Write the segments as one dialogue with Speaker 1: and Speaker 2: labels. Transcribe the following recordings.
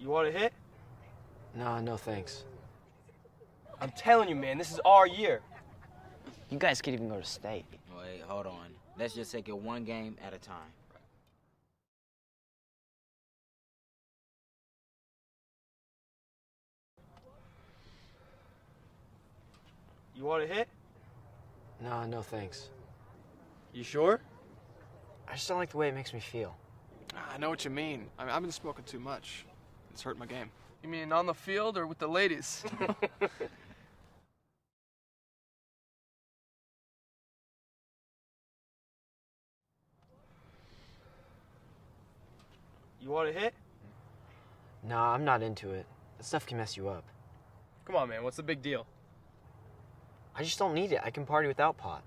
Speaker 1: You want a hit?
Speaker 2: Nah, no thanks.
Speaker 1: I'm telling you, man, this is our year.
Speaker 2: You guys could even go to state.
Speaker 3: Wait, hold on. Let's just take it one game at a time.
Speaker 1: You want a hit?
Speaker 2: Nah, no thanks.
Speaker 1: You sure?
Speaker 2: I just don't like the way it makes me feel.
Speaker 4: I know what you mean. I mean, I've been smoking too much. It's hurt my game.
Speaker 5: You mean on the field or with the ladies?
Speaker 1: You want a hit?
Speaker 2: Nah, I'm not into it. That stuff can mess you up.
Speaker 1: Come on, man, what's the big deal?
Speaker 2: I just don't need it. I can party without pot.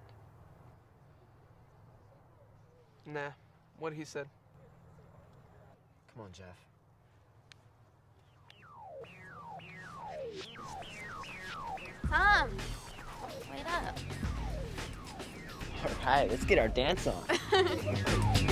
Speaker 5: nah, what he said.
Speaker 2: Come on, Jeff.
Speaker 6: Tom, wait up.
Speaker 2: All right, let's get our dance on.